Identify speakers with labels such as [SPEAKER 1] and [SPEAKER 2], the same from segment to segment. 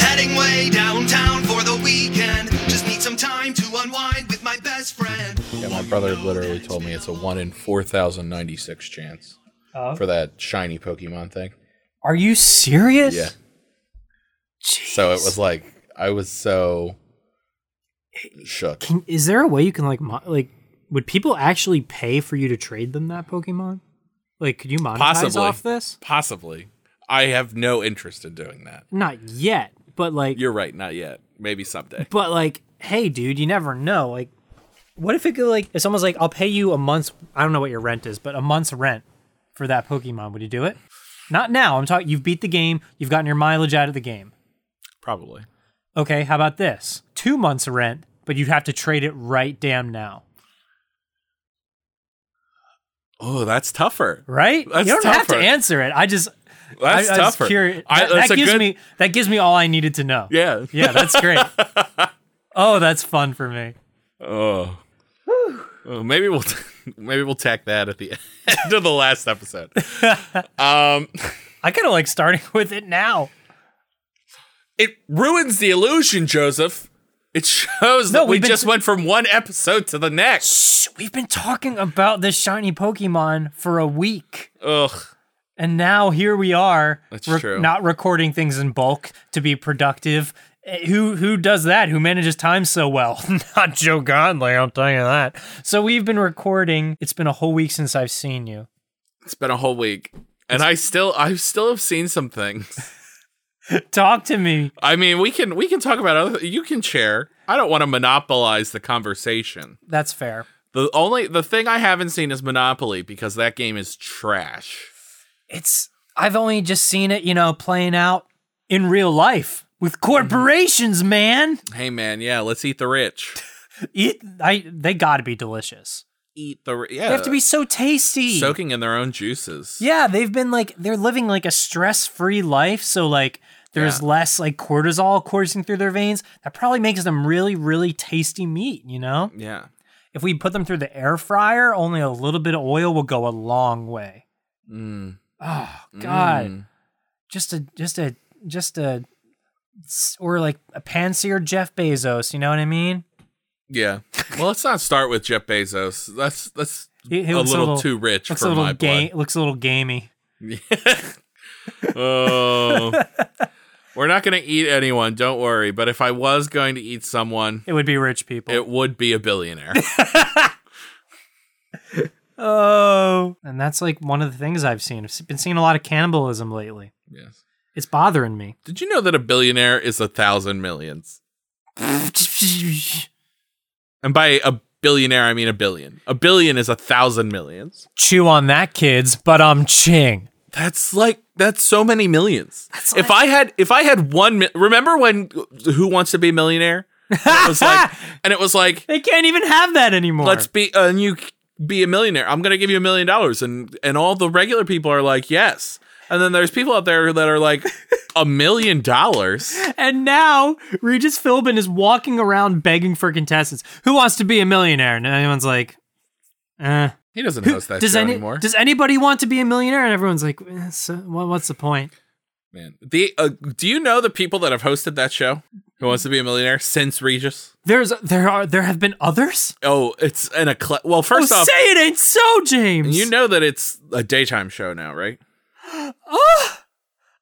[SPEAKER 1] Heading way downtown for the weekend. Just need some time to unwind with my best friend.
[SPEAKER 2] Yeah, my brother literally told me it's a 1 in 4,096 chance
[SPEAKER 3] Oh.
[SPEAKER 2] for that shiny Pokemon thing.
[SPEAKER 3] Are you serious?
[SPEAKER 2] Yeah. So it was like, I was so shook.
[SPEAKER 4] Can, is there a way you can like mo- like would people actually pay for you to trade them that Pokemon? Like, could you monetize
[SPEAKER 2] Possibly.
[SPEAKER 4] off this?
[SPEAKER 2] Possibly. I have no interest in doing that.
[SPEAKER 4] Not yet, but like,
[SPEAKER 2] You're right, not yet. Maybe someday.
[SPEAKER 4] but like, hey, dude, you never know. Like, what if it could like if someone's like, I'll pay you a month's I don't know what your rent is, but a month's rent for that Pokemon? Would you do it? Not now. I'm talking. You've beat the game. You've gotten your mileage out of the game.
[SPEAKER 2] Probably.
[SPEAKER 4] Okay, how about this? Two months rent, but you'd have to trade it right damn now.
[SPEAKER 2] Oh, that's tougher.
[SPEAKER 4] Right?
[SPEAKER 2] That's
[SPEAKER 4] you don't have to
[SPEAKER 2] tougher.
[SPEAKER 4] answer it. I just
[SPEAKER 2] That's
[SPEAKER 4] I, I was
[SPEAKER 2] tougher.
[SPEAKER 4] curious.
[SPEAKER 2] I-
[SPEAKER 4] that,
[SPEAKER 2] that's
[SPEAKER 4] that
[SPEAKER 2] a
[SPEAKER 4] gives
[SPEAKER 2] good-
[SPEAKER 4] me that gives me all I needed to know.
[SPEAKER 2] Yeah.
[SPEAKER 4] Yeah, that's great. oh, that's fun for me.
[SPEAKER 2] Oh. Oh, maybe we'll maybe we'll tack that at the end of the last episode. um,
[SPEAKER 4] I kind of like starting with it now.
[SPEAKER 2] it ruins the illusion, Joseph. It shows
[SPEAKER 4] No,
[SPEAKER 2] that we
[SPEAKER 4] we've been-
[SPEAKER 2] just went from one episode to the next.
[SPEAKER 4] We've been talking about this shiny Pokemon for a week,
[SPEAKER 2] Ugh.
[SPEAKER 4] and now here we are.
[SPEAKER 2] That's true.
[SPEAKER 4] Not recording things in bulk to be productive. Eh, Who who does that? Who manages time so well? Not Joe Godley, I'll tell you that. So we've been recording. It's been a whole week since I've seen you.
[SPEAKER 2] It's been a whole week. And I still I still have seen some things.
[SPEAKER 4] Talk to me.
[SPEAKER 2] I mean, we can we can talk about other you can share. I don't want to monopolize the conversation.
[SPEAKER 4] That's fair.
[SPEAKER 2] The only the thing I haven't seen is Monopoly because that game is trash.
[SPEAKER 4] it's I've only just seen it, you know, playing out in real life with corporations, man.
[SPEAKER 2] Hey man, yeah, let's eat the rich.
[SPEAKER 4] Eat, I they got to be delicious.
[SPEAKER 2] Eat the ri- yeah.
[SPEAKER 4] They have to be so tasty.
[SPEAKER 2] soaking in their own juices.
[SPEAKER 4] yeah, they've been like they're living like a stress-free life, so like there's
[SPEAKER 2] Yeah.
[SPEAKER 4] less like cortisol coursing through their veins. That probably makes them really really tasty meat, you know?
[SPEAKER 2] Yeah.
[SPEAKER 4] If we put them through the air fryer, only a little bit of oil will go a long way.
[SPEAKER 2] Mm.
[SPEAKER 4] Oh god.
[SPEAKER 2] Mm.
[SPEAKER 4] just a just a just a s- or like a pan seared Jeff Bezos. You know what I mean?
[SPEAKER 2] Yeah. Well, let's not start with Jeff Bezos. That's that's
[SPEAKER 4] He, he
[SPEAKER 2] a
[SPEAKER 4] looks
[SPEAKER 2] little, too rich
[SPEAKER 4] looks
[SPEAKER 2] for
[SPEAKER 4] a little
[SPEAKER 2] my
[SPEAKER 4] ga- looks a little gamey.
[SPEAKER 2] blood. oh. We're not going to eat anyone, don't worry, but if I was going to eat someone,
[SPEAKER 4] It would be rich people.
[SPEAKER 2] it would be a billionaire.
[SPEAKER 4] oh, and that's like one of the things I've seen. I've s- been seeing a lot of cannibalism lately.
[SPEAKER 2] yes.
[SPEAKER 4] It's bothering me.
[SPEAKER 2] Did you know that a billionaire is a thousand millions? And by a billionaire, I mean a billion. A billion is a thousand millions.
[SPEAKER 4] Chew on that, kids. But I'm ching.
[SPEAKER 2] That's like that's so many millions. if I had if I had one, mi- remember when Who Wants to Be a Millionaire? It was like, and it was like,
[SPEAKER 4] They can't even have that anymore.
[SPEAKER 2] let's be uh, and you c- be a millionaire. I'm gonna give you a million dollars, and and all the regular people are like, yes. And then there's people out there that are like, a million dollars.
[SPEAKER 4] And now Regis Philbin is walking around begging for contestants. Who wants to be a millionaire? And everyone's like, eh.
[SPEAKER 2] He doesn't
[SPEAKER 4] Who-
[SPEAKER 2] host that
[SPEAKER 4] does
[SPEAKER 2] show
[SPEAKER 4] any-
[SPEAKER 2] anymore.
[SPEAKER 4] Does anybody want to be a millionaire? And everyone's like, eh, so, wha- what's the point?
[SPEAKER 2] Man, the uh, do you know the people that have hosted that show? Who wants to be a millionaire? Since Regis.
[SPEAKER 4] There's there are there have been others.
[SPEAKER 2] Oh, it's an eclectic. Well, first
[SPEAKER 4] oh,
[SPEAKER 2] off,
[SPEAKER 4] say it ain't so, James.
[SPEAKER 2] you know that it's a daytime show now, right?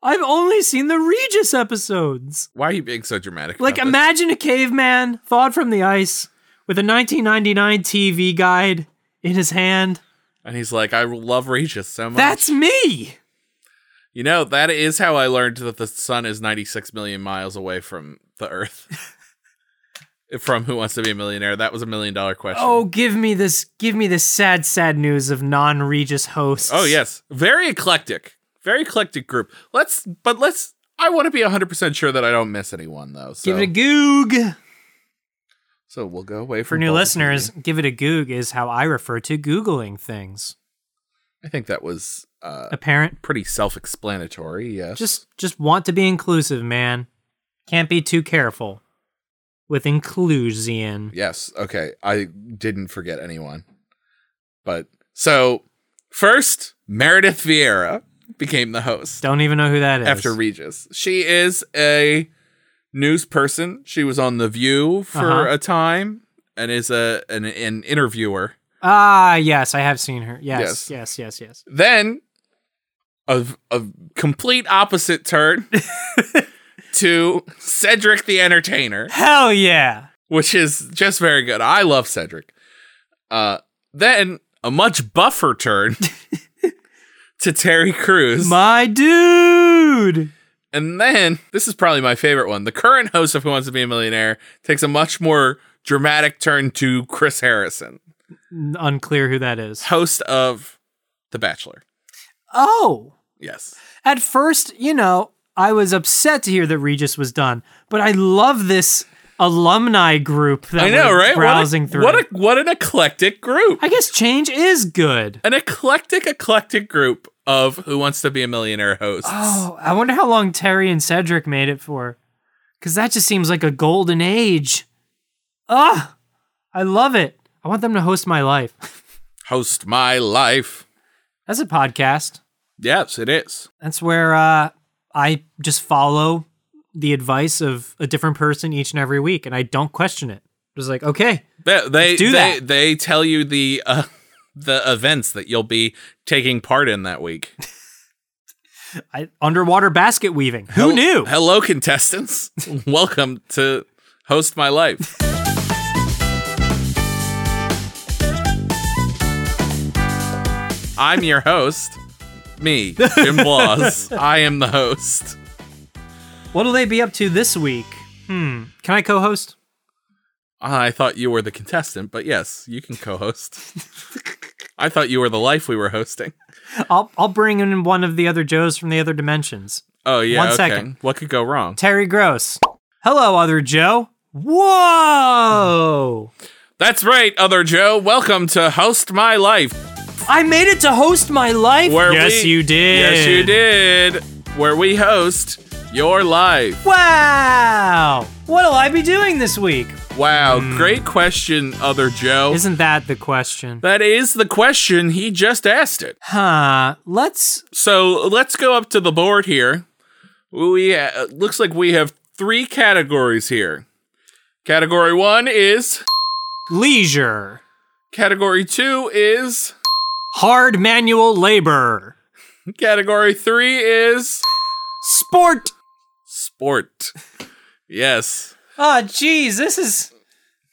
[SPEAKER 4] I've only seen the Regis episodes.
[SPEAKER 2] Why are you being so dramatic?
[SPEAKER 4] Like,
[SPEAKER 2] about this?
[SPEAKER 4] imagine a caveman thawed from the ice with a 1999 TV guide in his hand.
[SPEAKER 2] and he's like, I love Regis so much.
[SPEAKER 4] That's me.
[SPEAKER 2] you know that is how I learned that the sun is 96 million miles away from the Earth. from Who Wants to Be a Millionaire? That was a million dollar question.
[SPEAKER 4] Oh, give me this. Give me this sad, sad news of non-Regis hosts.
[SPEAKER 2] Oh yes, very eclectic, very eclectic group. Let's, but let's. I want to be hundred percent sure that I don't miss anyone though. So,
[SPEAKER 4] Give it a goog.
[SPEAKER 2] so we'll go away
[SPEAKER 4] For
[SPEAKER 2] from
[SPEAKER 4] new
[SPEAKER 2] Baltimore.
[SPEAKER 4] listeners, give it a goog is how I refer to Googling things.
[SPEAKER 2] I think that was uh,
[SPEAKER 4] Apparent.
[SPEAKER 2] pretty self-explanatory. Yes.
[SPEAKER 4] Just just want to be inclusive, man. Can't be too careful with inclusion.
[SPEAKER 2] Yes. Okay. I didn't forget anyone. But so first, Meredith Vieira became the host
[SPEAKER 4] Don't even know who that is.
[SPEAKER 2] after Regis. She is a news person. She was on The View for
[SPEAKER 4] Uh-huh.
[SPEAKER 2] a time and is a an, an interviewer.
[SPEAKER 4] Ah, yes, I have seen her. Yes, yes, yes, yes.
[SPEAKER 2] Then a, a complete opposite turn to Cedric the Entertainer.
[SPEAKER 4] Hell yeah.
[SPEAKER 2] which is just very good. I love Cedric. Uh, then a much buffer turn to Terry Crews.
[SPEAKER 4] My dude.
[SPEAKER 2] and then this is probably my favorite one. The current host of Who Wants to Be a Millionaire takes a much more dramatic turn to Chris Harrison,
[SPEAKER 4] Unclear who that is.
[SPEAKER 2] host of The Bachelor.
[SPEAKER 4] Oh.
[SPEAKER 2] Yes.
[SPEAKER 4] At first, you know, I was upset to hear that Regis was done, but I love this alumni group that
[SPEAKER 2] I know,
[SPEAKER 4] we're
[SPEAKER 2] right?
[SPEAKER 4] browsing
[SPEAKER 2] what a,
[SPEAKER 4] through.
[SPEAKER 2] What, a, what an eclectic group.
[SPEAKER 4] I guess change is good.
[SPEAKER 2] An eclectic, eclectic group of Who Wants to Be a Millionaire hosts.
[SPEAKER 4] Oh, I wonder how long Terry and Cedric made it for. Because that just seems like a golden age. Ah, I love it. I want them to host my life.
[SPEAKER 2] Host my life.
[SPEAKER 4] That's a podcast.
[SPEAKER 2] Yes, it is.
[SPEAKER 4] That's where uh, I just follow the advice of a different person each and every week, and I don't question it. Just like, okay,
[SPEAKER 2] They they
[SPEAKER 4] do
[SPEAKER 2] they,
[SPEAKER 4] that.
[SPEAKER 2] they tell you the uh, the events that you'll be taking part in that week.
[SPEAKER 4] I, underwater basket weaving. Who
[SPEAKER 2] Hel-
[SPEAKER 4] knew?
[SPEAKER 2] Hello, contestants. Welcome to host my life. I'm your host, me, Jim Bloss. I am the host.
[SPEAKER 4] What'll they be up to this week? Hmm. Can I co-host?
[SPEAKER 2] Uh, I thought you were the contestant, but yes, you can co-host. I thought you were the life we were hosting.
[SPEAKER 4] I'll I'll bring in one of the other Joes from the other dimensions.
[SPEAKER 2] Oh yeah,
[SPEAKER 4] One
[SPEAKER 2] okay.
[SPEAKER 4] second.
[SPEAKER 2] What could go wrong?
[SPEAKER 4] Terry Gross. Hello, other Joe. Whoa!
[SPEAKER 2] That's right, other Joe. Welcome to Host My Life.
[SPEAKER 4] I made it to host my life.
[SPEAKER 2] Where
[SPEAKER 4] yes,
[SPEAKER 2] we-
[SPEAKER 4] you did.
[SPEAKER 2] Yes, you did. Where we host your life.
[SPEAKER 4] Wow! What'll I be doing this week?
[SPEAKER 2] Wow,
[SPEAKER 4] Hmm.
[SPEAKER 2] great question, other Joe.
[SPEAKER 4] Isn't that the question?
[SPEAKER 2] that is the question he just asked it.
[SPEAKER 4] Huh. Let's.
[SPEAKER 2] So let's go up to the board here. We uh, looks like we have three categories here. Category one is.
[SPEAKER 4] Leisure.
[SPEAKER 2] Category two is.
[SPEAKER 4] Hard manual labor.
[SPEAKER 2] Category three is
[SPEAKER 4] Sport.
[SPEAKER 2] sport. Yes.
[SPEAKER 4] Ah, geez, this is.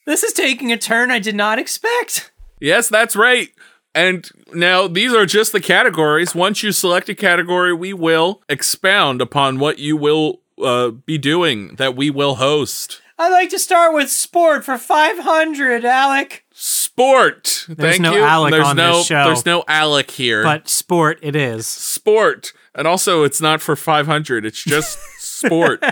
[SPEAKER 4] This is taking a turn I did not expect.
[SPEAKER 2] Yes, that's right. And now these are just the categories. Once you select a category, we will expound upon what you will uh, be doing that we will host.
[SPEAKER 4] I'd like to start with sport for 500, Alec.
[SPEAKER 2] Sport. Thank
[SPEAKER 4] no
[SPEAKER 2] you.
[SPEAKER 4] Alec
[SPEAKER 2] there's
[SPEAKER 4] on
[SPEAKER 2] no,
[SPEAKER 4] this show.
[SPEAKER 2] There's no Alec here.
[SPEAKER 4] But sport it is.
[SPEAKER 2] sport. And also, it's not for 500. It's just sport.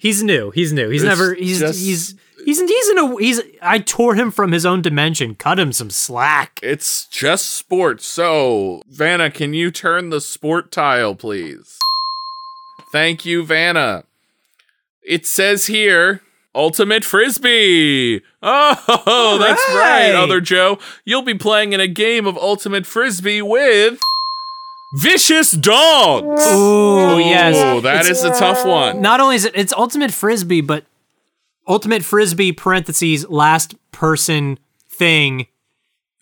[SPEAKER 4] He's new. He's new. He's
[SPEAKER 2] It's
[SPEAKER 4] never. He's
[SPEAKER 2] just-
[SPEAKER 4] he's he's he's in a he's. I tore him from his own dimension. Cut him some slack.
[SPEAKER 2] It's just sport. So, Vanna, can you turn the sport tile, please? Thank you, Vanna. It says here Ultimate Frisbee. Oh, that's
[SPEAKER 4] right.
[SPEAKER 2] right, other Joe. You'll be playing in a game of Ultimate Frisbee with Vicious dogs.
[SPEAKER 3] Ooh,
[SPEAKER 2] Oh,
[SPEAKER 3] yes.
[SPEAKER 2] that is a tough one.
[SPEAKER 4] Not only is it it's ultimate frisbee, but ultimate frisbee parentheses last person thing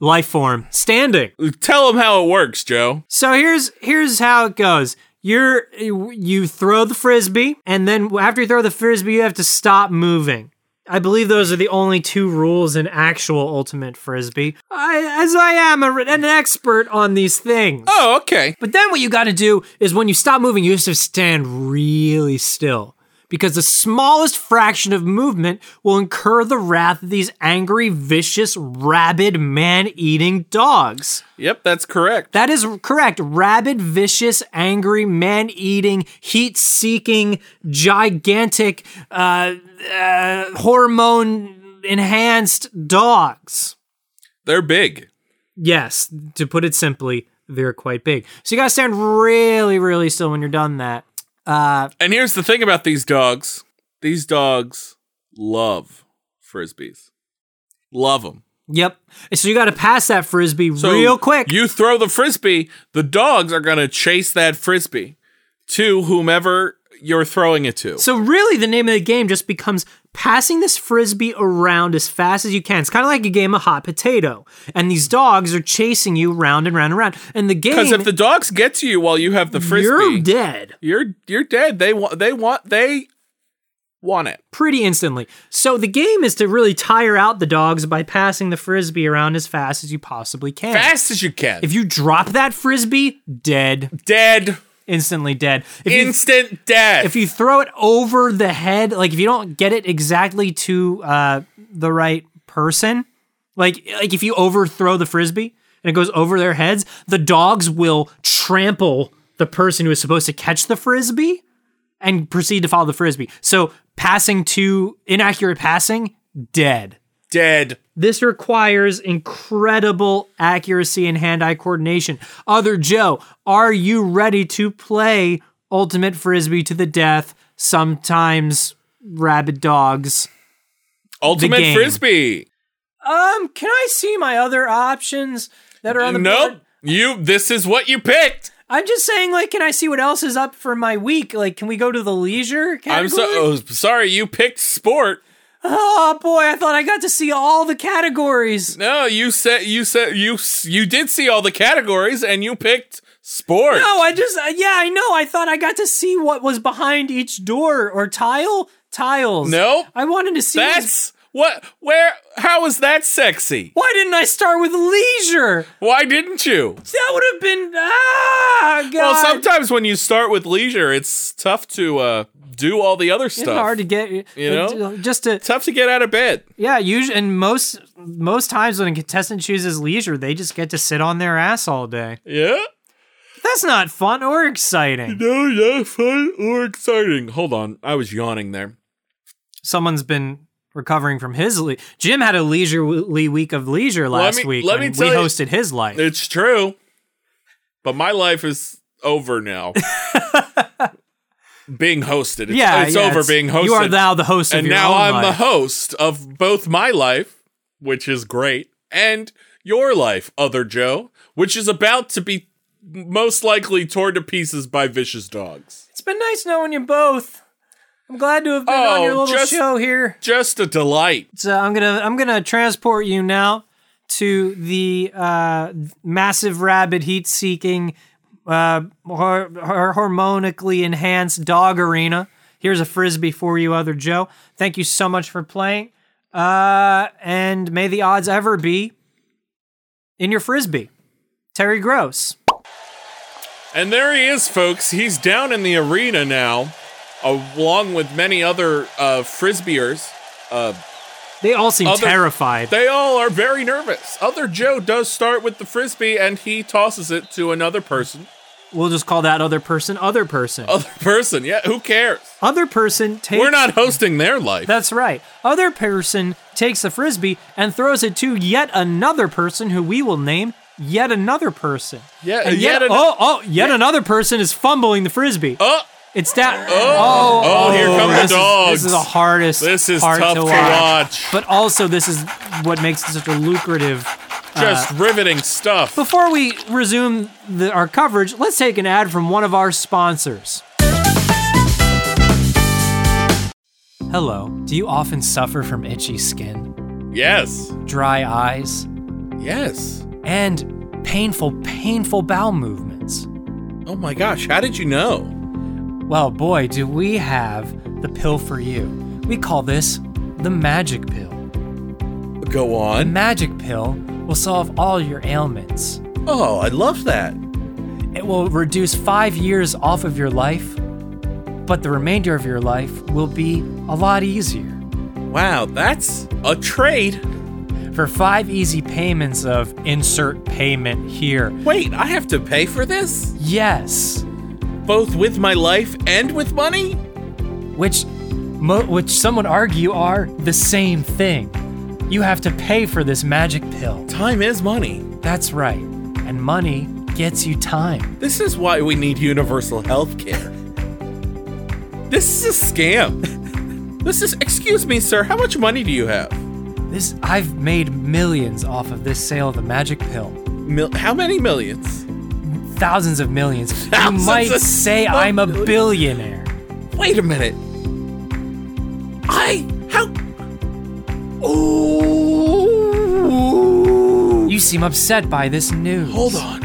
[SPEAKER 4] life form standing.
[SPEAKER 2] Tell them how it works, Joe.
[SPEAKER 4] So here's here's how it goes. You're you throw the frisbee, and then after you throw the frisbee, you have to stop moving. I believe those are the only two rules in actual ultimate frisbee. I, as I am a, an expert on these things.
[SPEAKER 2] Oh, okay.
[SPEAKER 4] But then what you got to do is when you stop moving, you have to stand really still because the smallest fraction of movement will incur the wrath of these angry, vicious, rabid, man-eating dogs.
[SPEAKER 2] Yep, that's correct.
[SPEAKER 4] That is correct. Rabid, vicious, angry, man eating, heat seeking, gigantic, uh, uh, hormone enhanced dogs.
[SPEAKER 2] They're big.
[SPEAKER 4] Yes, to put it simply, they're quite big. So you gotta stand really, really still when you're done that.
[SPEAKER 2] And here's the thing about these dogs these dogs love frisbees, love them.
[SPEAKER 4] Yep. And so you gotta pass that frisbee
[SPEAKER 2] So
[SPEAKER 4] real quick.
[SPEAKER 2] You throw the frisbee, the dogs are going to chase that frisbee to whomever you're throwing it to.
[SPEAKER 4] So really, the name of the game just becomes passing this frisbee around as fast as you can. It's kind of like a game of hot potato, and these dogs are chasing you round and round and round. And the game,
[SPEAKER 2] Because if the dogs get to you while you have the frisbee,
[SPEAKER 4] you're dead
[SPEAKER 2] you're you're dead. They want they want they want it.
[SPEAKER 4] pretty instantly. So the game is to really tire out the dogs by passing the frisbee around as fast as you possibly can.
[SPEAKER 2] Fast as you can.
[SPEAKER 4] If you drop that frisbee, dead,
[SPEAKER 2] dead
[SPEAKER 4] instantly dead. If you
[SPEAKER 2] instant death.
[SPEAKER 4] if you throw it over the head, like if you don't get it exactly to uh, the right person, like like if you overthrow the frisbee and it goes over their heads, the dogs will trample the person who is supposed to catch the frisbee and proceed to follow the frisbee. So passing to inaccurate passing, dead.
[SPEAKER 2] dead.
[SPEAKER 4] This requires incredible accuracy and hand eye coordination. Other Joe, are you ready to play Ultimate Frisbee to the death? Sometimes rabid dogs.
[SPEAKER 2] Ultimate
[SPEAKER 4] game.
[SPEAKER 2] frisbee.
[SPEAKER 4] Um, can I see my other options that are on the
[SPEAKER 2] Nope.
[SPEAKER 4] board?
[SPEAKER 2] You this is what you picked.
[SPEAKER 4] I'm just saying, like, can I see what else is up for my week? Like, can we go to the leisure category?
[SPEAKER 2] I'm so oh, sorry you picked sport.
[SPEAKER 4] oh boy, I thought I got to see all the categories.
[SPEAKER 2] No, you said you said you s- you did see all the categories and you picked sport.
[SPEAKER 4] No, I just uh, yeah, I know. I thought I got to see what was behind each door or tile tiles.
[SPEAKER 2] Nope.
[SPEAKER 4] I wanted to see. what was-
[SPEAKER 2] That's what where how is that sexy?
[SPEAKER 4] why didn't I start with leisure?
[SPEAKER 2] Why didn't you?
[SPEAKER 4] That would have been ah god.
[SPEAKER 2] Well, sometimes when you start with leisure, it's tough to uh, do all the other
[SPEAKER 4] it's
[SPEAKER 2] stuff.
[SPEAKER 4] hard to get uh,
[SPEAKER 2] You know?
[SPEAKER 4] just to
[SPEAKER 2] tough to get out of bed.
[SPEAKER 4] yeah. Usually, and most most times when a contestant chooses leisure, they just get to sit on their ass all day.
[SPEAKER 2] Yeah.
[SPEAKER 4] That's not fun or exciting.
[SPEAKER 2] No, yeah, fun or exciting. Hold on, I was yawning there.
[SPEAKER 4] Someone's been recovering from his. Le- Jim had a leisurely week of leisure last
[SPEAKER 2] me-
[SPEAKER 4] week
[SPEAKER 2] let me
[SPEAKER 4] when
[SPEAKER 2] tell
[SPEAKER 4] we
[SPEAKER 2] you-
[SPEAKER 4] hosted his life.
[SPEAKER 2] It's true, but my life is over now. being hosted, it's,
[SPEAKER 4] yeah,
[SPEAKER 2] it's
[SPEAKER 4] yeah,
[SPEAKER 2] over being hosted.
[SPEAKER 4] You are now the host of
[SPEAKER 2] and
[SPEAKER 4] your
[SPEAKER 2] now
[SPEAKER 4] own
[SPEAKER 2] I'm the
[SPEAKER 4] life.
[SPEAKER 2] host of both my life, which is great, and your life, other Joe, which is about to be most likely torn to pieces by vicious dogs.
[SPEAKER 4] It's been nice knowing you both. I'm glad to have been on
[SPEAKER 2] Oh,
[SPEAKER 4] your little
[SPEAKER 2] just-
[SPEAKER 4] show here.
[SPEAKER 2] Just a delight.
[SPEAKER 4] So I'm gonna I'm gonna transport you now to the uh, massive rabid heat seeking uh, hor- hor- hormonically enhanced dog arena. Here's a frisbee for you, other Joe. Thank you so much for playing, uh, and may the odds ever be in your frisbee, Terry Gross.
[SPEAKER 2] And there he is, folks. He's down in the arena now, along with many other uh, frisbeers.
[SPEAKER 4] They all seem
[SPEAKER 2] Other-
[SPEAKER 4] terrified.
[SPEAKER 2] They all are very nervous. Other Joe does start with the frisbee and he tosses it to another person.
[SPEAKER 4] we'll just call that other person, other person,
[SPEAKER 2] Other person, yeah, who cares?
[SPEAKER 4] other person. Takes
[SPEAKER 2] Oh. We're not hosting their life.
[SPEAKER 4] That's right. Other person takes the frisbee and throws it to yet another person who we will name yet another person.
[SPEAKER 2] Yeah,
[SPEAKER 4] And
[SPEAKER 2] yet
[SPEAKER 4] yet,
[SPEAKER 2] ano-
[SPEAKER 4] oh, oh, yet another person is fumbling the frisbee.
[SPEAKER 2] Oh,
[SPEAKER 4] It's down. Oh,
[SPEAKER 2] oh, here come the
[SPEAKER 4] this is-
[SPEAKER 2] dogs.
[SPEAKER 4] this is the hardest.
[SPEAKER 2] This is
[SPEAKER 4] part
[SPEAKER 2] tough
[SPEAKER 4] to
[SPEAKER 2] to
[SPEAKER 4] watch.
[SPEAKER 2] watch.
[SPEAKER 4] But also, this is what makes it such a lucrative
[SPEAKER 2] Just riveting stuff.
[SPEAKER 4] Before we resume the, our coverage, let's take an ad from one of our sponsors. Hello. Do you often suffer from itchy skin,
[SPEAKER 2] Yes.
[SPEAKER 4] dry eyes,
[SPEAKER 5] Yes.
[SPEAKER 4] and painful, painful bowel movements?
[SPEAKER 5] Oh my gosh, how did you know?
[SPEAKER 4] Well, boy, do we have the pill for you. We call this the magic pill.
[SPEAKER 5] Go
[SPEAKER 4] The
[SPEAKER 5] on.
[SPEAKER 4] magic pill will solve all your ailments.
[SPEAKER 5] Oh, I love that.
[SPEAKER 4] It will reduce five years off of your life, but the remainder of your life will be a lot easier.
[SPEAKER 5] Wow, that's a trade.
[SPEAKER 4] For five easy payments of insert payment here.
[SPEAKER 5] Wait, I have to pay for this?
[SPEAKER 4] Yes,
[SPEAKER 5] Both with my life and with money?
[SPEAKER 4] which mo- which some would argue are the same thing. You have to pay for this magic pill.
[SPEAKER 5] Time is money.
[SPEAKER 4] That's right. And money gets you time.
[SPEAKER 5] This is why we need universal health care. This is a scam. This is, excuse me, sir, how much money do you have?
[SPEAKER 4] This I've made millions off of this sale of the magic pill.
[SPEAKER 5] Mil- how many millions?
[SPEAKER 4] Thousands of millions.
[SPEAKER 5] Thousands
[SPEAKER 4] you might
[SPEAKER 5] of-
[SPEAKER 4] say I'm a billionaire.
[SPEAKER 5] Wait a minute. I, how? Ooh.
[SPEAKER 4] You seem upset by this news.
[SPEAKER 5] Hold on.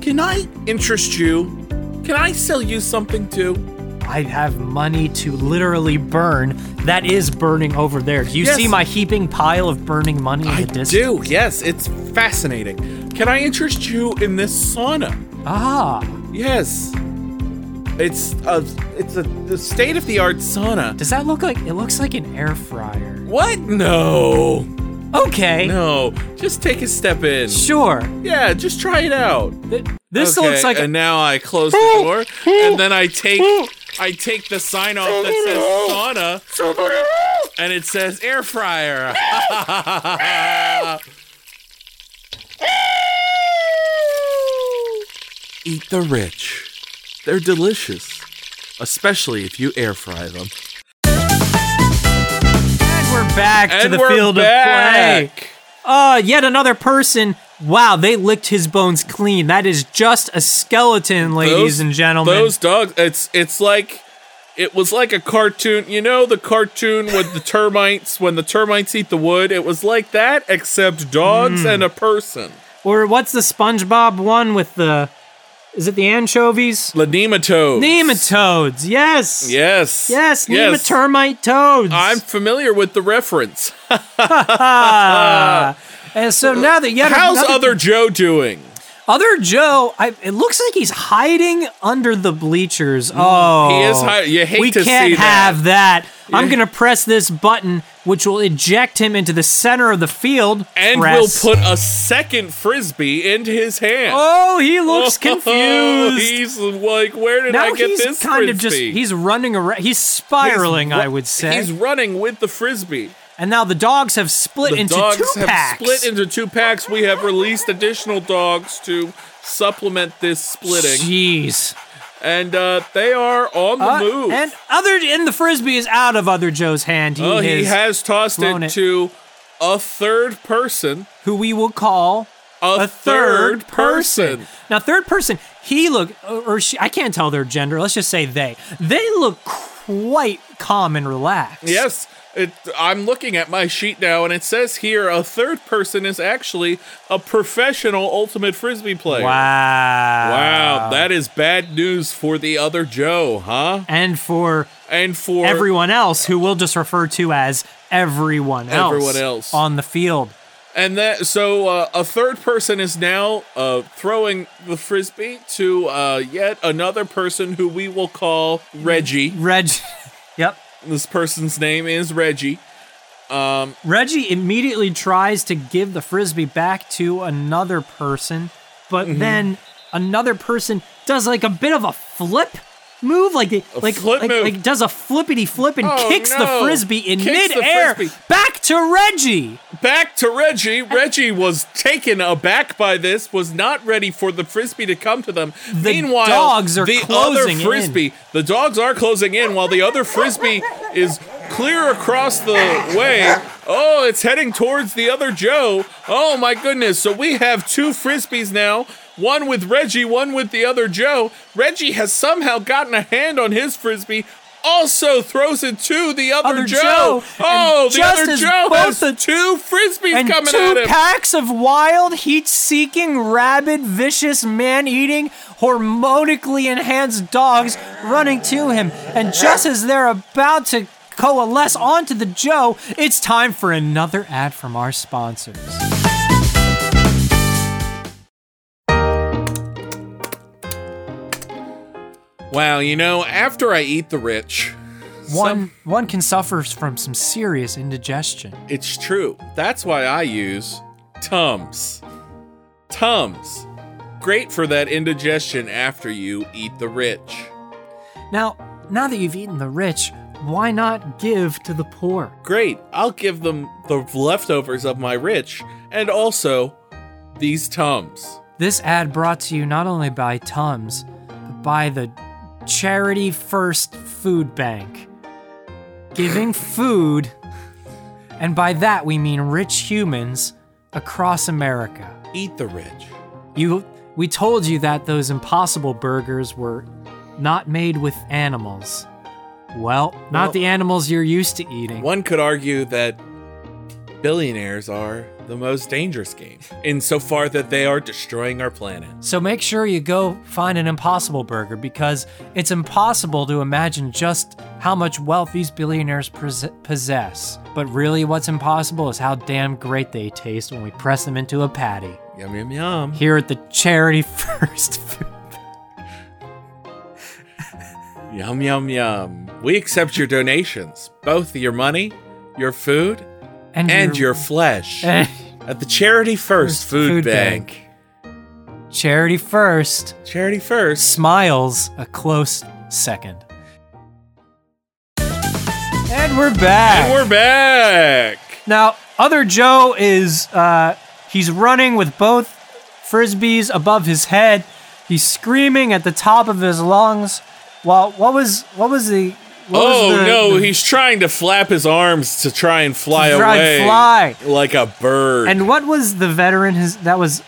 [SPEAKER 5] Can I interest you? Can I sell you something too?
[SPEAKER 4] I have money to literally burn. That is burning over there. Do you
[SPEAKER 5] Yes.
[SPEAKER 4] see my heaping pile of burning money in
[SPEAKER 5] I
[SPEAKER 4] the distance?
[SPEAKER 5] do. Yes, it's fascinating. Can I interest you in this sauna?
[SPEAKER 4] Ah,
[SPEAKER 5] Yes. It's a it's a the state of the art sauna.
[SPEAKER 4] does that look like it looks like an air fryer?
[SPEAKER 5] What? No.
[SPEAKER 4] Okay,
[SPEAKER 5] No. Just take a step in.
[SPEAKER 4] sure.
[SPEAKER 5] Yeah, just try it out.
[SPEAKER 4] Th- This
[SPEAKER 5] Okay,
[SPEAKER 4] looks like
[SPEAKER 5] and now I close the door and then I take I take the sign off that says sauna and it says air fryer. Eat the rich. They're delicious, especially if you air fry them.
[SPEAKER 4] and we're back to
[SPEAKER 5] And
[SPEAKER 4] the
[SPEAKER 5] we're
[SPEAKER 4] field of play.
[SPEAKER 5] back.
[SPEAKER 4] Uh, yet another person. Wow, they licked his bones clean. That is just a skeleton, ladies
[SPEAKER 2] Those-
[SPEAKER 4] and gentlemen.
[SPEAKER 2] Those dogs, it's it's like it was like a cartoon. You know the cartoon with the termites when the termites eat the wood. It was like that, except dogs
[SPEAKER 4] Hmm.
[SPEAKER 2] and a person.
[SPEAKER 4] Or what's the SpongeBob one with the? Is it the anchovies?
[SPEAKER 2] The nematode.
[SPEAKER 4] Nematodes. Yes.
[SPEAKER 2] yes.
[SPEAKER 4] Yes, nemattermite toads.
[SPEAKER 2] I'm familiar with the reference.
[SPEAKER 4] and so now that yet
[SPEAKER 2] How's
[SPEAKER 4] another,
[SPEAKER 2] other Joe doing?
[SPEAKER 4] other Joe, I, it looks like he's hiding under the bleachers. Oh,
[SPEAKER 2] Mm, He is high. You hate
[SPEAKER 4] we
[SPEAKER 2] to
[SPEAKER 4] can't
[SPEAKER 2] see that.
[SPEAKER 4] have that. I'm gonna press this button, which will eject him into the center of the field.
[SPEAKER 2] And
[SPEAKER 4] Press.
[SPEAKER 2] we'll put a second frisbee into his hand.
[SPEAKER 4] Oh, he looks
[SPEAKER 2] Oh,
[SPEAKER 4] confused.
[SPEAKER 2] He's like, where did
[SPEAKER 4] now
[SPEAKER 2] I get
[SPEAKER 4] he's
[SPEAKER 2] this
[SPEAKER 4] kind
[SPEAKER 2] frisbee?
[SPEAKER 4] of just—he's running around. He's spiraling,
[SPEAKER 2] He's ru-
[SPEAKER 4] I would say.
[SPEAKER 2] He's running with the frisbee.
[SPEAKER 4] and now the dogs have split
[SPEAKER 2] The
[SPEAKER 4] into
[SPEAKER 2] dogs
[SPEAKER 4] two
[SPEAKER 2] have
[SPEAKER 4] packs.
[SPEAKER 2] split into two packs. We have released additional dogs to supplement this splitting,
[SPEAKER 4] Jeez.
[SPEAKER 2] and uh, they are on the
[SPEAKER 4] Uh,
[SPEAKER 2] move.
[SPEAKER 4] And other and the frisbee is out of other Joe's hand. He,
[SPEAKER 2] oh,
[SPEAKER 4] is,
[SPEAKER 2] he has tossed
[SPEAKER 4] blown
[SPEAKER 2] it,
[SPEAKER 4] it.
[SPEAKER 2] to a third person.
[SPEAKER 4] who we will call
[SPEAKER 2] A, third, person.
[SPEAKER 4] Now, third person, he look or she. I can't tell their gender. Let's just say they. They look quite calm and relaxed.
[SPEAKER 2] Yes. It, I'm looking at my sheet now, and it says here a third person is actually a professional ultimate frisbee player.
[SPEAKER 4] Wow.
[SPEAKER 2] Wow, that is bad news for the other Joe, huh?
[SPEAKER 4] And for
[SPEAKER 2] And for
[SPEAKER 4] everyone else, who we'll just refer to as everyone else,
[SPEAKER 2] Everyone else.
[SPEAKER 4] on the field.
[SPEAKER 2] And that so uh, a third person is now uh, throwing the frisbee to uh, yet another person who we will call Reggie.
[SPEAKER 4] Reg. yep.
[SPEAKER 2] This person's name is Reggie.
[SPEAKER 4] Reggie immediately tries to give the frisbee back to another person, but
[SPEAKER 2] Mm-hmm.
[SPEAKER 4] then another person does like a bit of a flip move, like they, like,
[SPEAKER 2] flip
[SPEAKER 4] like,
[SPEAKER 2] move.
[SPEAKER 4] like does a flippity flip and
[SPEAKER 2] Oh,
[SPEAKER 4] kicks the
[SPEAKER 2] no.
[SPEAKER 4] frisbee in
[SPEAKER 2] Kicks the
[SPEAKER 4] midair
[SPEAKER 2] frisbee.
[SPEAKER 4] back to Reggie.
[SPEAKER 2] Back to Reggie. Reggie was taken aback by this, was not ready for the frisbee to come to them.
[SPEAKER 4] The
[SPEAKER 2] Meanwhile,
[SPEAKER 4] dogs are
[SPEAKER 2] the
[SPEAKER 4] closing in.
[SPEAKER 2] other frisbee, the dogs are closing in while the other frisbee is clear across the way Oh, it's heading towards the other Joe. Oh my goodness. So we have two frisbees now. One with Reggie, one with the other Joe. Reggie has somehow gotten a hand on his frisbee. Also throws it to the other,
[SPEAKER 4] Other
[SPEAKER 2] Joe.
[SPEAKER 4] Joe.
[SPEAKER 2] Oh,
[SPEAKER 4] And
[SPEAKER 2] the
[SPEAKER 4] just
[SPEAKER 2] other
[SPEAKER 4] as
[SPEAKER 2] Joe
[SPEAKER 4] both
[SPEAKER 2] has
[SPEAKER 4] the-
[SPEAKER 2] two frisbees
[SPEAKER 4] and
[SPEAKER 2] coming
[SPEAKER 4] two
[SPEAKER 2] at him.
[SPEAKER 4] packs of wild, heat-seeking, rabid, vicious, man-eating, hormonically enhanced dogs running to him. And just as they're about to coalesce onto the Joe, it's time for another ad from our sponsors.
[SPEAKER 2] wow, you know, after I eat the rich,
[SPEAKER 4] One one can suffer from some serious indigestion.
[SPEAKER 2] It's true. That's why I use Tums. Tums. Great for that indigestion after you eat the rich.
[SPEAKER 4] Now, now that you've eaten the rich, why not give to the poor?
[SPEAKER 2] Great. I'll give them the leftovers of my rich and also these Tums.
[SPEAKER 4] This ad brought to you not only by Tums, but by the Charity First Food Bank. Giving food, and by that we mean rich humans across America.
[SPEAKER 2] Eat the rich.
[SPEAKER 4] You we told you that those impossible burgers were not made with animals. Well, not the animals you're used to eating.
[SPEAKER 2] One could argue that billionaires are the most dangerous game insofar that they are destroying our planet.
[SPEAKER 4] So make sure you go find an impossible burger because it's impossible to imagine just how much wealth these billionaires pres- possess. But really, what's impossible is how damn great they taste when we press them into a patty.
[SPEAKER 2] Yum, yum, yum.
[SPEAKER 4] Here at the Charity First Food.
[SPEAKER 2] Yum, yum, yum. We accept your donations, both your money, your food, and your flesh
[SPEAKER 4] and
[SPEAKER 2] at the Charity First
[SPEAKER 4] Eh. First
[SPEAKER 2] Food,
[SPEAKER 4] Food
[SPEAKER 2] Bank.
[SPEAKER 4] Charity First
[SPEAKER 2] Charity First.
[SPEAKER 4] smiles a close second. And we're back.
[SPEAKER 2] We're back.
[SPEAKER 4] Now, other Joe is uh, he's running with both frisbees above his head. He's screaming at the top of his lungs. While what was what was the? What
[SPEAKER 2] Oh
[SPEAKER 4] was the,
[SPEAKER 2] no,
[SPEAKER 4] the-
[SPEAKER 2] he's trying to flap his arms to try and fly
[SPEAKER 4] To try and
[SPEAKER 2] away,
[SPEAKER 4] fly.
[SPEAKER 2] like a bird. Uh,
[SPEAKER 4] and what was the veteran? His that was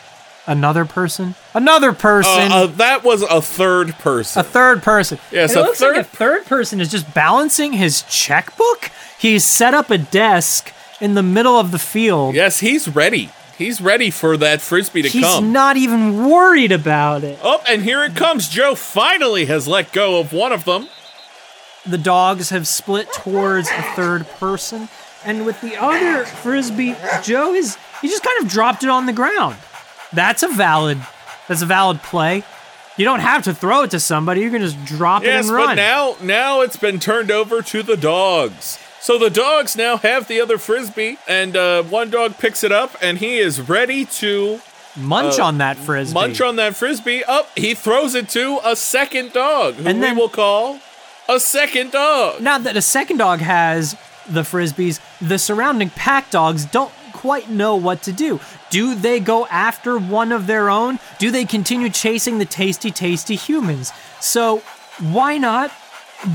[SPEAKER 4] another person. Another
[SPEAKER 2] Uh,
[SPEAKER 4] person.
[SPEAKER 2] uh, that was a third
[SPEAKER 4] a
[SPEAKER 2] person.
[SPEAKER 4] third person.
[SPEAKER 2] Yes,
[SPEAKER 4] And it
[SPEAKER 2] a
[SPEAKER 4] looks like
[SPEAKER 2] third-
[SPEAKER 4] a third person is just balancing his checkbook. He's set up a desk in the middle of the field.
[SPEAKER 2] yes, he's ready. He's ready for that frisbee to
[SPEAKER 4] He's
[SPEAKER 2] come.
[SPEAKER 4] not even worried about it.
[SPEAKER 2] oh, and here it comes. Joe finally has let go of one of them.
[SPEAKER 4] the dogs have split towards a third person and with the other frisbee joe is he just kind of dropped it on the ground that's a valid that's a valid play you don't have to throw it to somebody you can just drop
[SPEAKER 2] Yes,
[SPEAKER 4] it and run
[SPEAKER 2] but now now it's been turned over to the dogs. So the dogs now have the other frisbee, and uh, one dog picks it up, and he is ready to
[SPEAKER 4] munch on that frisbee
[SPEAKER 2] uh, munch on that frisbee. Up, he throws it to a second dog, who
[SPEAKER 4] And then-
[SPEAKER 2] we will call a second dog.
[SPEAKER 4] now that a second dog has the frisbees the surrounding pack dogs don't quite know what to do do they go after one of their own do they continue chasing the tasty tasty humans so why not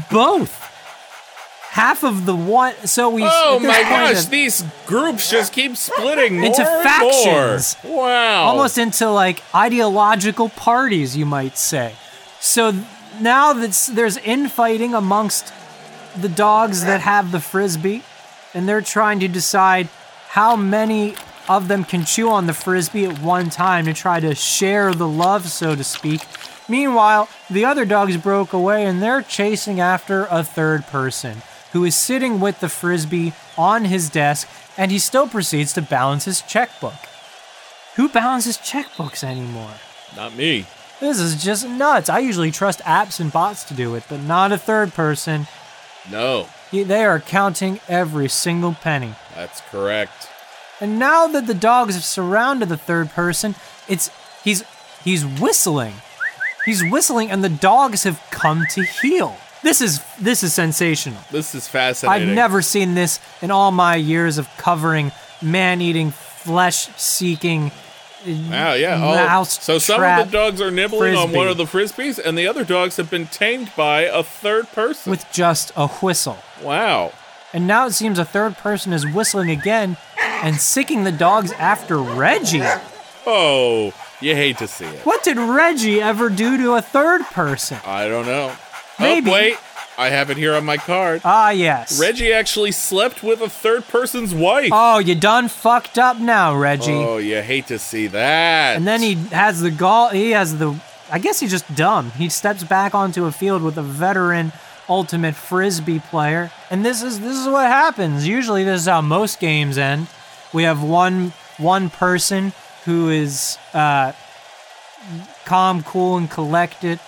[SPEAKER 4] both half of the one so we
[SPEAKER 2] Oh
[SPEAKER 4] at this
[SPEAKER 2] my
[SPEAKER 4] point
[SPEAKER 2] gosh!
[SPEAKER 4] have
[SPEAKER 2] These groups just keep splitting more
[SPEAKER 4] Into
[SPEAKER 2] and
[SPEAKER 4] factions.
[SPEAKER 2] More. Wow!
[SPEAKER 4] almost into like ideological parties you might say so th- now that there's infighting amongst the dogs that have the frisbee and they're trying to decide how many of them can chew on the frisbee at one time to try to share the love so to speak meanwhile the other dogs broke away and they're chasing after a third person who is sitting with the frisbee on his desk and he still proceeds to balance his checkbook who balances checkbooks anymore
[SPEAKER 2] not me.
[SPEAKER 4] this is just nuts. I usually trust apps and bots to do it, but not a third person.
[SPEAKER 2] No,
[SPEAKER 4] You- They are counting every single penny.
[SPEAKER 2] that's correct.
[SPEAKER 4] And now that the dogs have surrounded the third person, it's he's he's whistling. He's whistling and the dogs have come to heel. This is this is sensational.
[SPEAKER 2] This is
[SPEAKER 4] I've
[SPEAKER 2] fascinating.
[SPEAKER 4] never seen this in all my years of covering man-eating, flesh-seeking
[SPEAKER 2] Wow, yeah. Oh,
[SPEAKER 4] Mouse
[SPEAKER 2] so some of
[SPEAKER 4] trap
[SPEAKER 2] the dogs are nibbling on one
[SPEAKER 4] frisbee.
[SPEAKER 2] of the frisbees, and the other dogs have been tamed by a third person.
[SPEAKER 4] with just a whistle.
[SPEAKER 2] wow.
[SPEAKER 4] And now it seems a third person is whistling again and sicking the dogs after Reggie.
[SPEAKER 2] Oh, you hate to see it.
[SPEAKER 4] What did Reggie ever do to a third person?
[SPEAKER 2] I don't know.
[SPEAKER 4] Maybe.
[SPEAKER 2] Oh, wait. I have it here on my card.
[SPEAKER 4] Ah, yes.
[SPEAKER 2] Reggie actually slept with a third person's wife.
[SPEAKER 4] Oh, you done fucked up now, Reggie.
[SPEAKER 2] Oh, you hate to see that.
[SPEAKER 4] And then he has the gall. He has the. I guess he's just dumb. He steps back onto a field with a veteran ultimate frisbee player, and this is this is what happens. Usually, this is how most games end. We have one one person who is uh, calm, cool, and collected,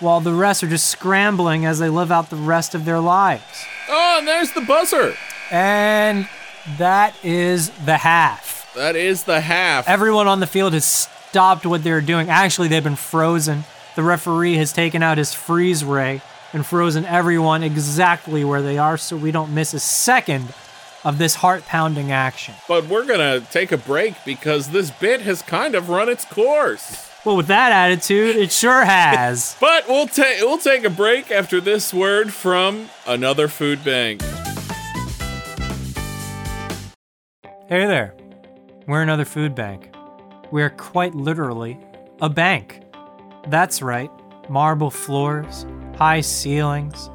[SPEAKER 4] while the rest are just scrambling as they live out the rest of their lives.
[SPEAKER 2] Oh, and there's the buzzer.
[SPEAKER 4] And that is the half.
[SPEAKER 2] That is the half.
[SPEAKER 4] Everyone on the field has stopped what they're doing. Actually, they've been frozen. The referee has taken out his freeze ray and frozen everyone exactly where they are so we don't miss a second of this heart pounding action.
[SPEAKER 2] but we're going to take a break because this bit has kind of run its course.
[SPEAKER 4] Well, with that attitude, it sure has.
[SPEAKER 2] But we'll take we'll take a break after this word from another food bank.
[SPEAKER 4] hey there. We're another food bank. We're quite literally a bank. That's right. Marble floors, high ceilings,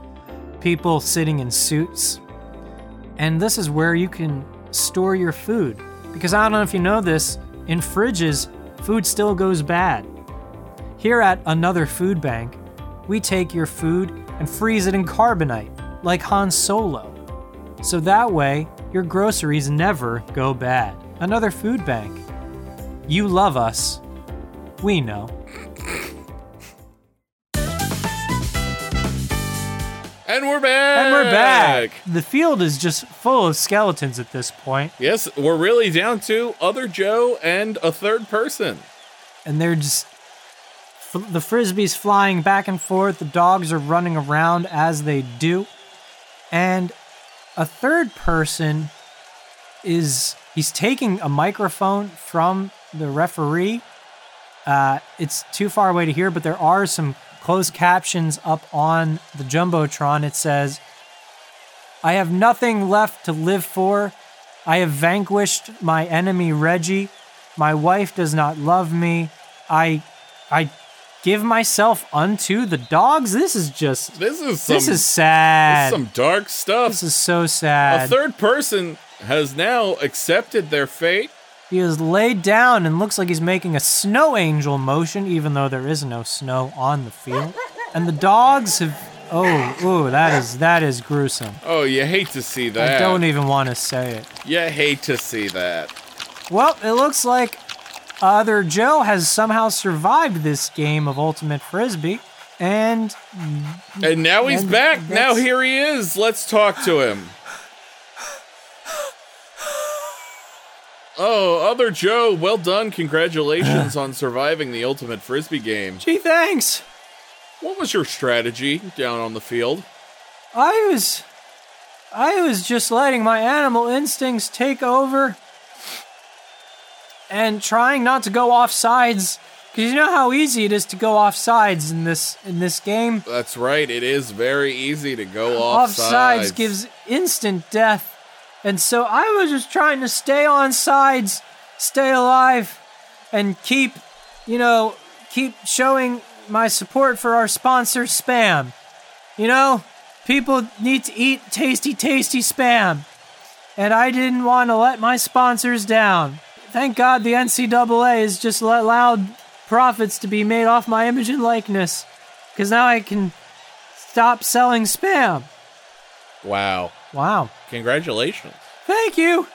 [SPEAKER 4] people sitting in suits. And this is where you can store your food. Because I don't know if you know this, in fridges, food still goes bad. Here at Another Food Bank, we take your food and freeze it in carbonite, like Han Solo. So that way, your groceries never go bad. Another food bank. You love us. We know.
[SPEAKER 2] And we're back.
[SPEAKER 4] And we're back. The field is just full of skeletons at this point,
[SPEAKER 2] Yes, we're really down to other Joe and a third person.
[SPEAKER 4] and they're just. f- The frisbees flying back and forth, the dogs are running around as they do, and a third person is. He's taking a microphone from the referee. Uh, it's too far away to hear, but there are some closed captions up on the Jumbotron. It says, I have nothing left to live for. I have vanquished my enemy Reggie. My wife does not love me. I I give myself unto the dogs. This is just
[SPEAKER 2] This is some
[SPEAKER 4] this is sad.
[SPEAKER 2] some dark stuff.
[SPEAKER 4] This is so
[SPEAKER 2] a
[SPEAKER 4] sad.
[SPEAKER 2] third person has now accepted their fate.
[SPEAKER 4] he is laid down and looks like he's making a snow angel motion, even though there is no snow on the field. And the dogs have oh, ooh, that is that is gruesome.
[SPEAKER 2] Oh, you hate to see
[SPEAKER 4] I
[SPEAKER 2] that.
[SPEAKER 4] don't e- even want to say it.
[SPEAKER 2] You hate to see that.
[SPEAKER 4] Well, it looks like other Joe has somehow survived this game of Ultimate Frisbee. And
[SPEAKER 2] And now he's
[SPEAKER 4] And
[SPEAKER 2] back. Now
[SPEAKER 4] that's-
[SPEAKER 2] here he is. Let's talk to him. Oh, other Joe, well done. Congratulations on surviving the ultimate frisbee game.
[SPEAKER 4] gee, thanks.
[SPEAKER 2] What was your strategy down on the field?
[SPEAKER 4] I was I was just letting my animal instincts take over and trying not to go off sides cuz you know how easy it is to go off sides in this in this game.
[SPEAKER 2] That's right. It is very easy to go off
[SPEAKER 4] Offsides gives instant death. And so I was just trying to stay on sides, stay alive, and keep, you know, keep showing my support for our sponsor, Spam. You know, people need to eat tasty, tasty Spam. And I didn't want to let my sponsors down. Thank God the NCAA has just allowed profits to be made off my image and likeness. Because now I can stop selling Spam.
[SPEAKER 2] Wow.
[SPEAKER 4] Wow.
[SPEAKER 2] Congratulations.
[SPEAKER 4] Thank you.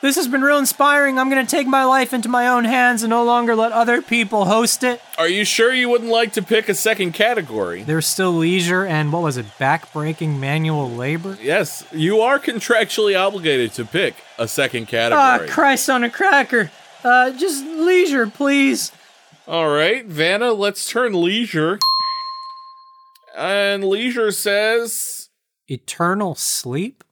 [SPEAKER 4] This has been real inspiring. I'm going to take my life into my own hands and no longer let other people host it.
[SPEAKER 2] Are you sure you wouldn't like to pick a second category?
[SPEAKER 4] There's still leisure and what was it, backbreaking manual labor?
[SPEAKER 2] Yes, you are contractually obligated to pick a second
[SPEAKER 4] Ah,
[SPEAKER 2] category.
[SPEAKER 4] Christ on a cracker. Uh, just leisure, please.
[SPEAKER 2] All right, Vanna, let's turn leisure. And leisure says,
[SPEAKER 4] Eternal sleep?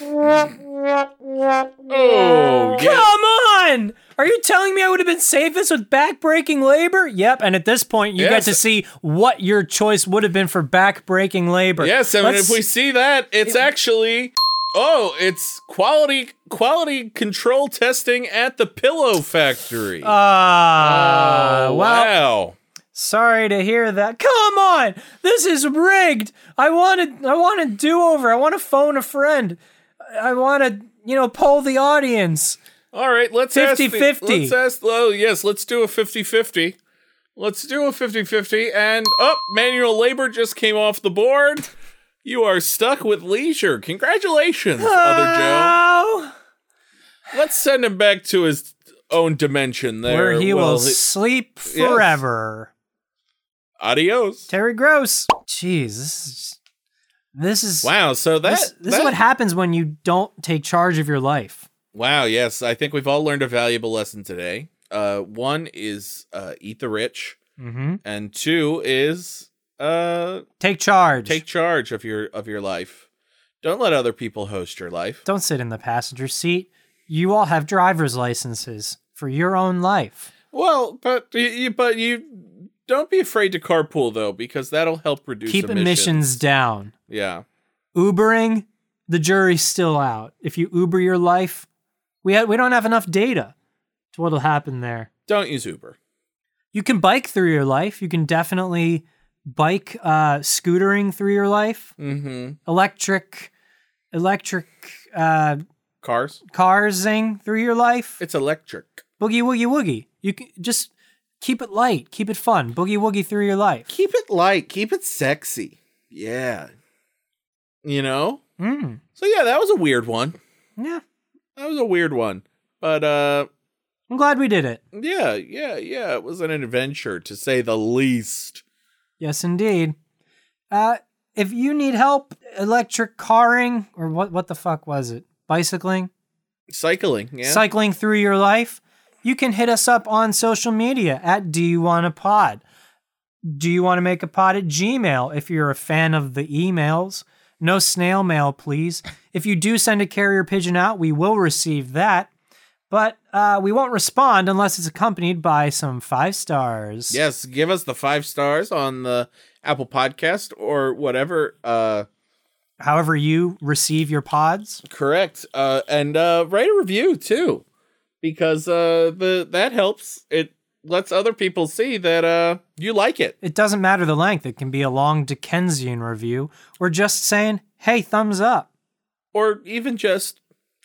[SPEAKER 2] "Oh, yeah,
[SPEAKER 4] Come on! on! Are you telling me I would have been safest with backbreaking labor? Yep. And at this point, you
[SPEAKER 2] Yes.
[SPEAKER 4] get to see what your choice would have been for backbreaking labor.
[SPEAKER 2] Yes, and
[SPEAKER 4] Let's-
[SPEAKER 2] if we see that, it's actually oh, it's quality quality control testing at the pillow factory.
[SPEAKER 4] Ah,
[SPEAKER 2] Oh,
[SPEAKER 4] Uh, well,
[SPEAKER 2] wow.
[SPEAKER 4] Sorry to hear that. Come on, this is rigged. I wanted, I want a do-over. I want to phone a friend. I want to, you know, poll the audience.
[SPEAKER 2] All right, let's ask the-
[SPEAKER 4] 50-50.
[SPEAKER 2] Let's ask oh yes, let's do a 50-50. Let's do a 50-50 and oh, manual labor just came off the board. You are stuck with leisure. Congratulations, other Joe.
[SPEAKER 4] Oh,
[SPEAKER 2] Let's send him back to his own dimension there.
[SPEAKER 4] where he
[SPEAKER 2] Well,
[SPEAKER 4] will
[SPEAKER 2] he-
[SPEAKER 4] sleep forever.
[SPEAKER 2] adios.
[SPEAKER 4] Terry Gross. Jeez, this is this is
[SPEAKER 2] Wow, so that
[SPEAKER 4] this, this is
[SPEAKER 2] that-
[SPEAKER 4] what happens when you don't take charge of your life.
[SPEAKER 2] Wow, yes. I think we've all learned a valuable lesson today. Uh, one is uh, eat the rich,
[SPEAKER 4] Mm-hmm.
[SPEAKER 2] and two is uh,
[SPEAKER 4] Take charge.
[SPEAKER 2] take charge of your of your life. Don't let other people host your life.
[SPEAKER 4] don't sit in the passenger seat. You all have driver's licenses for your own life.
[SPEAKER 2] Well, but y- you but you don't be afraid to carpool though, because that'll help reduce
[SPEAKER 4] Keep emissions. down.
[SPEAKER 2] Yeah,
[SPEAKER 4] Ubering, the jury's still out. If you Uber your life, we ha- we don't have enough data to what'll happen there.
[SPEAKER 2] don't use Uber.
[SPEAKER 4] You can bike through your life. You can definitely bike uh, scootering through your life.
[SPEAKER 2] Mm-hmm.
[SPEAKER 4] Electric, electric uh,
[SPEAKER 2] Cars,
[SPEAKER 4] carsing through your life.
[SPEAKER 2] it's electric.
[SPEAKER 4] Boogie woogie woogie. You can just keep it light, keep it fun. Boogie woogie through your life.
[SPEAKER 2] Keep it light. Keep it sexy. Yeah, you know.
[SPEAKER 4] Mm,
[SPEAKER 2] So yeah, that was a weird one.
[SPEAKER 4] yeah,
[SPEAKER 2] That was a weird one. But uh
[SPEAKER 4] I'm glad we did it.
[SPEAKER 2] yeah, yeah, yeah. It was an adventure to say the least.
[SPEAKER 4] Yes, indeed. Uh, if you need help electric carring or what what the fuck was it? Bicycling?
[SPEAKER 2] Cycling, yeah.
[SPEAKER 4] Cycling through your life? You can hit us up on social media at Do You Want a Pod? Do You Want to Make a Pod at Gmail if you're a fan of the emails? No snail mail, please. If you do send a carrier pigeon out, we will receive that. But uh, we won't respond unless it's accompanied by some five stars.
[SPEAKER 2] yes, give us the five stars on the Apple Podcast or whatever. Uh
[SPEAKER 4] However, you receive your pods.
[SPEAKER 2] correct. Uh and uh write a review too. Because uh the that helps. It lets other people see that uh you like it.
[SPEAKER 4] It doesn't matter the length, it can be a long Dickensian review or just saying, hey, thumbs up.
[SPEAKER 2] Or even just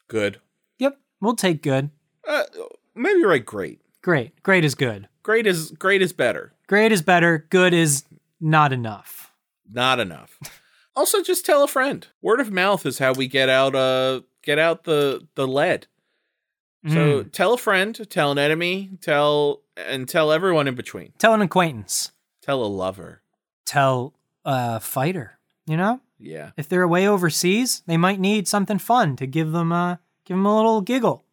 [SPEAKER 2] good.
[SPEAKER 4] Yep, we'll take good.
[SPEAKER 2] Uh maybe write great.
[SPEAKER 4] Great. Great is good.
[SPEAKER 2] Great is great is better.
[SPEAKER 4] Great is better. Good is not enough.
[SPEAKER 2] not enough. Also, just tell a friend. Word of mouth is how we get out uh get out the the lead. So tell a friend, tell an enemy, tell and tell everyone in between.
[SPEAKER 4] Tell an acquaintance,
[SPEAKER 2] Tell a lover.
[SPEAKER 4] tell a fighter, you know?
[SPEAKER 2] Yeah.
[SPEAKER 4] If they're away overseas, they might need something fun to give them a, give them a little giggle.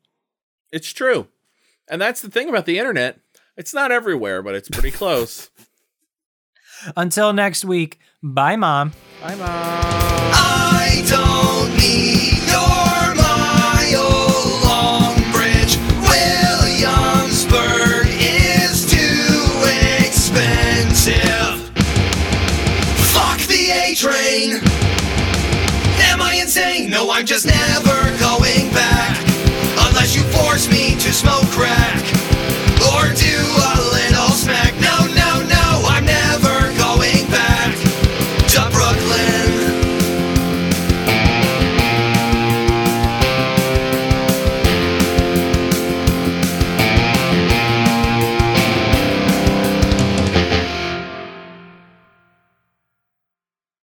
[SPEAKER 2] It's true. And that's the thing about the internet. It's not everywhere, but it's pretty close.
[SPEAKER 4] Until next week, bye, Mom.
[SPEAKER 2] Bye mom.
[SPEAKER 1] I don't need your mile-long bridge. Williamsburg is too expensive. Fuck the A train. Am I insane? No, I'm just never going back. Unless you force me to smoke